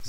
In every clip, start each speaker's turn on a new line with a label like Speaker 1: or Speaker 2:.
Speaker 1: This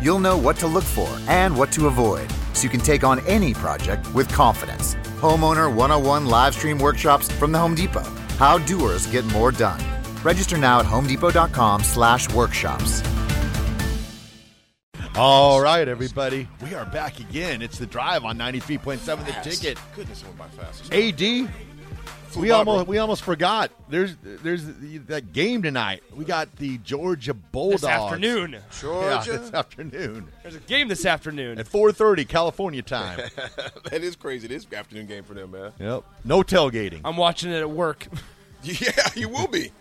Speaker 2: You'll know what to look for and what to avoid so you can take on any project with confidence. Homeowner 101 live stream workshops from the Home Depot. How doers get more done. Register now at homedepot.com/workshops.
Speaker 3: All right, everybody. We are back again. It's the drive on 93.7 the ticket.
Speaker 4: Goodness, went by fast.
Speaker 3: AD, we almost we almost forgot. There's there's that game tonight. We got the Georgia Bulldogs
Speaker 5: This afternoon.
Speaker 3: Yeah,
Speaker 4: Georgia.
Speaker 3: this afternoon
Speaker 5: There's a game this afternoon.
Speaker 3: at 4:30 California time.
Speaker 4: that is crazy. This afternoon game for them, man.
Speaker 3: yep. No tailgating.
Speaker 5: I'm watching it at work.
Speaker 4: Yeah, you will be.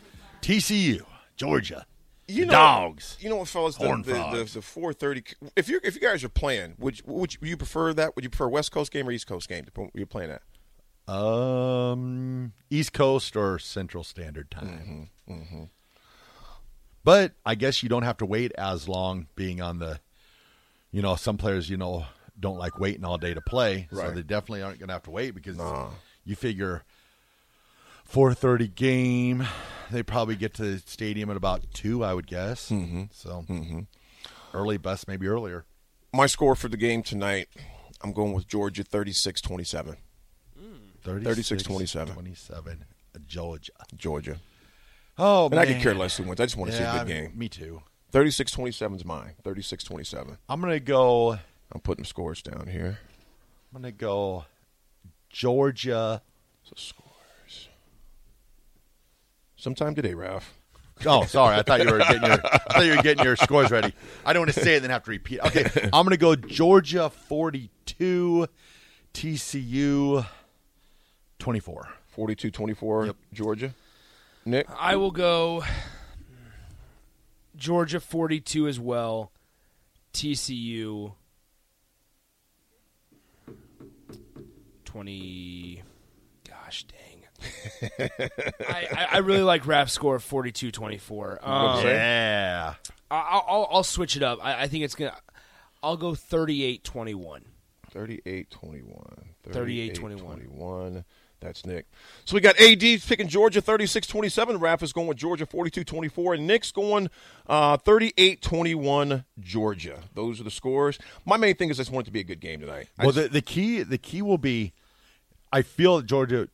Speaker 3: TCU, Georgia.
Speaker 4: You know,
Speaker 3: Dogs.
Speaker 4: You know what, fellas? The,
Speaker 3: Horn
Speaker 4: the, the,
Speaker 3: frogs.
Speaker 4: the four thirty. If you if you guys are playing, would you- would you, would you prefer that? Would you prefer West Coast game or East Coast game? to- You're playing at.
Speaker 3: Um, East Coast or Central Standard Time.
Speaker 4: Mm-hmm,
Speaker 3: But I guess you don't have to wait as long being on the. You know, some players you know don't like waiting all day to play, so
Speaker 4: Right.
Speaker 3: they definitely aren't going to have to wait because you figure four thirty game, they probably get to the stadium at about two, I would guess. Mm-hmm. So early bus maybe earlier.
Speaker 4: My score for the game tonight, I'm going with Georgia 36-27. 36, 27.
Speaker 3: 27, Georgia.
Speaker 4: Georgia.
Speaker 3: Oh,
Speaker 4: And I could care less who wins. I just want to see a good game.
Speaker 3: Me too.
Speaker 4: 36-27 is mine. 36-27.
Speaker 3: I'm gonna go. I'm
Speaker 4: I'm putting scores down here.
Speaker 3: gonna go. Georgia.
Speaker 4: So scores. Sometime today, Ralph.
Speaker 3: Oh, sorry. I thought you were getting your. I thought you were getting your scores ready. I don't want to say it and then have to repeat. Okay, I'm gonna go Georgia 42, TCU 24.
Speaker 4: 42-24 Georgia. Nick,
Speaker 3: Uh,
Speaker 5: I will go Georgia 42 as well. TCU 20. Gosh dang. I, I, I really like Raph's score of 42 24. Um,
Speaker 3: Yeah.
Speaker 5: I'll, I'll, I'll switch it up. I, I think it's going to. I'll go 38 21.
Speaker 4: 38-21.
Speaker 5: 38-21.
Speaker 4: 38-21. That's Nick. So we got AD picking Georgia 36-27. Ralph is going with Georgia 42-24. And Nick's going uh, 38-21 Georgia. Those are the scores. My main thing is I just want it to be a good game tonight. I
Speaker 3: Well,
Speaker 4: just-
Speaker 3: the, the key the key will be, I feel that Georgia,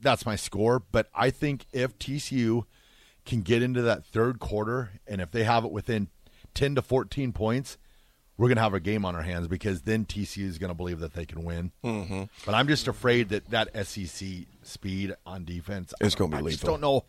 Speaker 3: that's my score. But I think if TCU can get into that third quarter and if they have it within ten to fourteen points, we're gonna have a game on our hands because then TCU is gonna believe that they can win. Mm-hmm. But I'm just afraid that that SEC speed on defense
Speaker 4: It's gonna be
Speaker 3: I just
Speaker 4: lethal.
Speaker 3: don't know.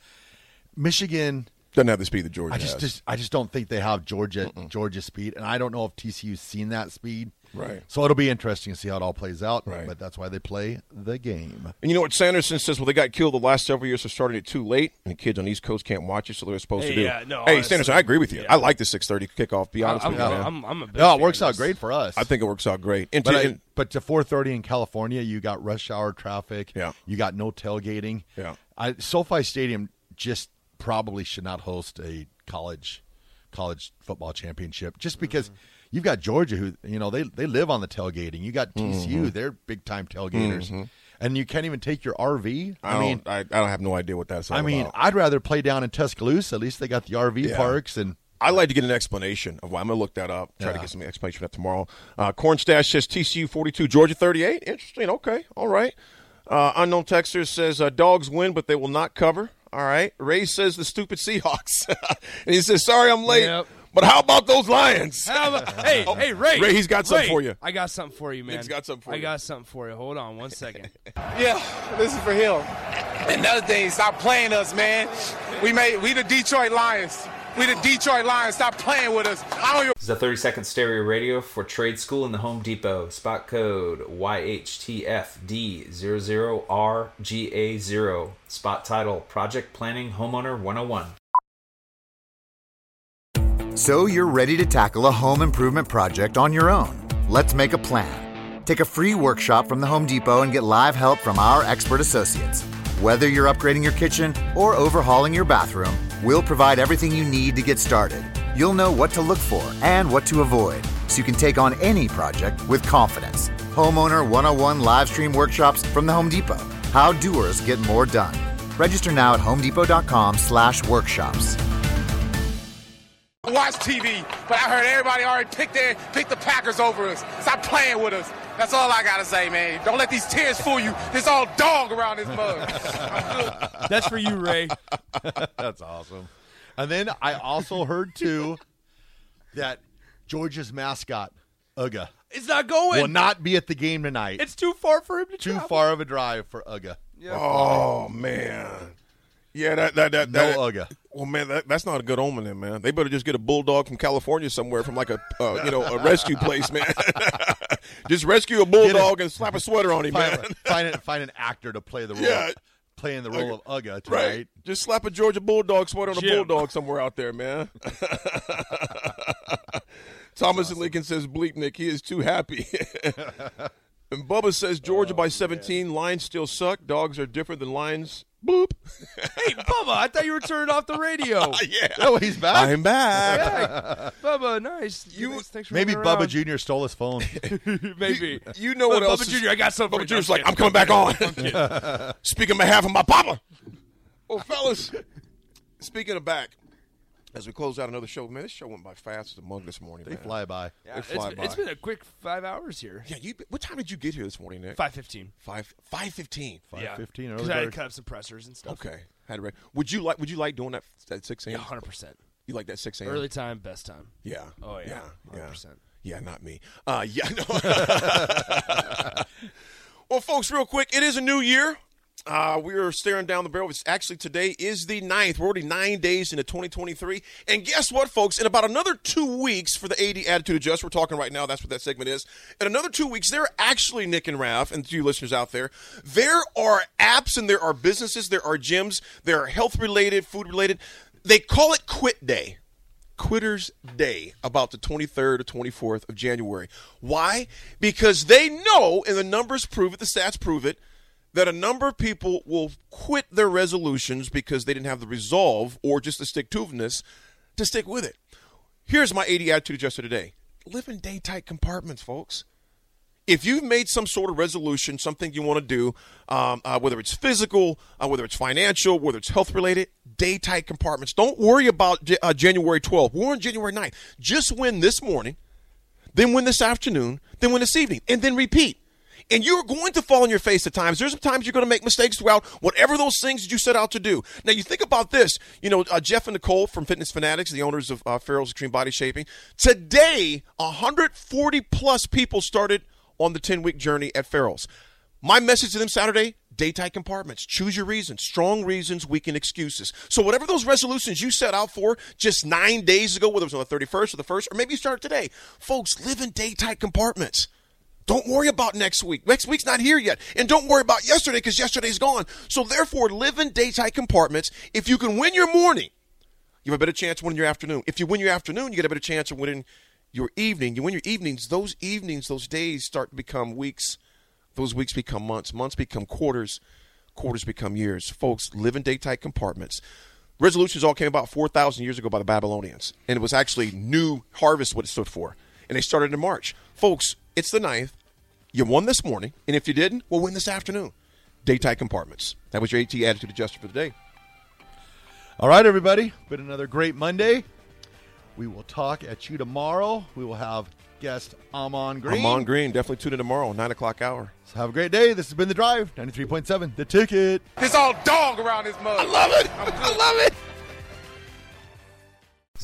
Speaker 3: Michigan,
Speaker 4: doesn't have the speed that Georgia
Speaker 3: I just,
Speaker 4: has.
Speaker 3: just I just don't think they have Georgia Georgia speed, and I don't know if TCU's seen that speed.
Speaker 4: Right.
Speaker 3: So it'll be interesting to see how it all plays out.
Speaker 4: Right.
Speaker 3: But that's why they play the game.
Speaker 4: And you know what? Sanderson says, well, they got killed the last several years for starting it too late, and the kids on the East Coast can't watch it, so they're supposed to
Speaker 5: Hey,
Speaker 4: do.
Speaker 5: yeah, no,
Speaker 4: hey,
Speaker 5: honestly,
Speaker 4: Sanderson, I agree with you. I like the 6:30 kickoff. Be honest
Speaker 5: I'm,
Speaker 4: with you, man.
Speaker 5: I'm, I'm a big
Speaker 3: No,
Speaker 5: fan
Speaker 3: Oh, it works
Speaker 5: of
Speaker 3: out
Speaker 5: this.
Speaker 3: great for us.
Speaker 4: I think it works out great. And,
Speaker 3: But,
Speaker 4: to,
Speaker 3: I-
Speaker 4: and-
Speaker 3: but to 4:30 in California, you got rush hour traffic.
Speaker 4: Yeah.
Speaker 3: You got no tailgating.
Speaker 4: Yeah.
Speaker 3: I, SoFi Stadium just probably should not host a college college football championship just because
Speaker 4: Mm-hmm.
Speaker 3: you've got Georgia who you know they they live on the tailgating. You got TCU,
Speaker 4: Mm-hmm.
Speaker 3: they're big time tailgaters. And you can't even take your RV.
Speaker 4: I,
Speaker 3: I, mean,
Speaker 4: don't, I, I don't have no idea what that's. All
Speaker 3: I mean,
Speaker 4: about.
Speaker 3: I'd rather play down in Tuscaloosa. At least they got the RV
Speaker 4: Yeah.
Speaker 3: parks and
Speaker 4: I'd like to get an explanation of why. I'm going to look that up. Try to
Speaker 3: Yeah.
Speaker 4: get some explanation for that tomorrow. Uh, Cornstash says TCU 42, Georgia 38. Interesting. Okay. All right. Uh, unknown texter says uh, dogs win, but they will not cover. All right. Ray says the stupid Seahawks, and he says sorry I'm late,
Speaker 5: Yep.
Speaker 4: but how about those Lions?
Speaker 5: How about- hey, hey, Ray.
Speaker 4: Oh, Ray, he's got something for you.
Speaker 5: I got something for you, man.
Speaker 4: Nick's got something for
Speaker 5: I
Speaker 4: you.
Speaker 5: got something for you. Hold on one second.
Speaker 6: Yeah, this is for him. Another thing, stop playing us, man. We made we the Detroit Lions. We the Detroit Lions. Stop playing with us. I don't
Speaker 1: This is a 30 second stereo radio for Trade School in the Home Depot. Spot code YHTFD00RGA0. Spot title Project Planning Homeowner 101.
Speaker 2: So you're ready to tackle a home improvement project on your own. Let's make a plan. Take a free workshop from the Home Depot and get live help from our expert associates. Whether you're upgrading your kitchen or overhauling your bathroom, we'll provide everything you need to get started. You'll know what to look for and what to avoid so you can take on any project with confidence. Homeowner 101 live stream workshops from the Home Depot. How doers get more done. Register now at homedepot.com slash workshops.
Speaker 6: watch TV, but I heard everybody already picked their pick the Packers over us. Stop playing with us. That's all I gotta say, man. Don't let these tears fool you. There's all dog around this mug. I'm good.
Speaker 5: That's for you, Ray.
Speaker 3: That's awesome. And then I also heard too that Georgia's mascot, Uga,
Speaker 5: It's not going.
Speaker 3: will not be at the game tonight.
Speaker 5: it's too far for him to
Speaker 3: too
Speaker 5: travel.
Speaker 3: far of a drive for Uga.
Speaker 4: Oh man. Yeah, that that that, that
Speaker 3: No Uga.
Speaker 4: Well, man, that, that's not a good omen, then, man. They better just get a bulldog from California somewhere, from like a uh, you know a rescue place, man. just rescue a bulldog and slap a sweater on him, man.
Speaker 3: Find, find, an, find an actor to play the role,
Speaker 4: Yeah.
Speaker 3: playing the role of Uga tonight.
Speaker 4: Right. Just slap a Georgia Bulldog sweater on a
Speaker 5: Jim.
Speaker 4: Bulldog somewhere out there, man. Thomas and Lincoln says, bleep Nick, he is too happy. and Bubba says,
Speaker 3: Oh,
Speaker 4: Georgia by 17, lions still suck. Dogs are different than lions. Boop.
Speaker 5: Hey, Bubba, I thought you were turning off the radio.
Speaker 4: yeah.
Speaker 3: Oh, he's back.
Speaker 4: I'm back.
Speaker 5: Yeah, Bubba, nice. You, thanks for
Speaker 3: Maybe
Speaker 5: hanging
Speaker 3: Bubba
Speaker 5: around.
Speaker 3: Jr. stole his phone.
Speaker 5: Maybe.
Speaker 4: You know what
Speaker 5: Bubba
Speaker 4: else? is-
Speaker 5: Jr., I got something for
Speaker 4: Bubba
Speaker 5: you.
Speaker 4: Jr.'s
Speaker 5: No,
Speaker 4: like, I'm coming back on. Speaking on behalf of my papa. Well, fellas, speaking of back, as we close out another show, man, this show went by fast as a mug this morning.
Speaker 3: they
Speaker 4: man.
Speaker 3: fly by.
Speaker 4: They fly
Speaker 5: It's-
Speaker 4: by.
Speaker 5: it's been a quick five hours here.
Speaker 4: Yeah, you. What time did you get here this morning, Nick?
Speaker 5: Five fifteen.
Speaker 4: Five five fifteen.
Speaker 5: Yeah,
Speaker 3: 15 early
Speaker 5: Because I had to
Speaker 3: bird.
Speaker 5: cut up some pressers and stuff.
Speaker 4: Okay, had it right. Would you like? Would you like doing that that six a.m.
Speaker 5: One hundred percent.
Speaker 4: You like that six a.m.
Speaker 5: Early time, best time.
Speaker 4: Yeah.
Speaker 5: Oh, yeah.
Speaker 4: Yeah. yeah.
Speaker 5: 100%.
Speaker 4: Yeah, not me. Uh, yeah. No. well, folks, real quick, it is a new year. Uh, we are staring down the barrel. It's actually today is the ninth. We're already nine days into 2023. And guess what, folks? In about another two weeks for the AD Attitude Adjust, we're talking right now. That's what that segment is. In another two weeks, there are actually, Nick and Raf, and to you listeners out there, there are apps and there are businesses, there are gyms, there are health related, food related. They call it Quit Day. Quitter's Day about the 23rd or 24th of January. Why? Because they know, and the numbers prove it, the stats prove it, that a number of people will quit their resolutions because they didn't have the resolve or just the stick to itiveness to stick with it. Here's my 80 attitude adjuster today live in day tight compartments, folks if you've made some sort of resolution, something you want to do, um, uh, whether it's physical, uh, whether it's financial, whether it's health related, day tight compartments. Don't worry about J- uh, January 12th. We're on January 9th. Just win this morning, then win this afternoon, then win this evening, and then repeat. And you're going to fall on your face at times. There's some times you're going to make mistakes throughout whatever those things that you set out to do. Now, you think about this. You know, uh, Jeff and Nicole from Fitness Fanatics, the owners of uh, Farrell's Extreme Body Shaping, today, 140 plus people started on the 10 week journey at Farrell's. My message to them Saturday daytime compartments. Choose your reasons, strong reasons, weakened excuses. So, whatever those resolutions you set out for just nine days ago, whether it was on the 31st or the 1st, or maybe you start today, folks, live in daytime compartments. Don't worry about next week. Next week's not here yet. And don't worry about yesterday because yesterday's gone. So, therefore, live in daytime compartments. If you can win your morning, you have a better chance of winning your afternoon. If you win your afternoon, you get a better chance of winning your evening. You win your evenings, those evenings, those days start to become weeks. Those weeks become months. Months become quarters. Quarters become years. Folks, live in day-tight compartments. Resolutions all came about 4,000 years ago by the Babylonians, and it was actually New Harvest what it stood for. And they started in March. Folks, it's the 9th. You won this morning, and if you didn't, we'll win this afternoon. Day-tight compartments. That was your AT attitude adjuster for the day.
Speaker 3: All right, everybody. Been another great Monday. We will talk at you tomorrow. We will have guest Amon Green.
Speaker 4: Amon Green, definitely tune in tomorrow, 9 o'clock hour.
Speaker 3: So have a great day. This has been The Drive 93.7, The Ticket.
Speaker 6: There's all dog around this mug.
Speaker 4: I love it. I love it.
Speaker 1: This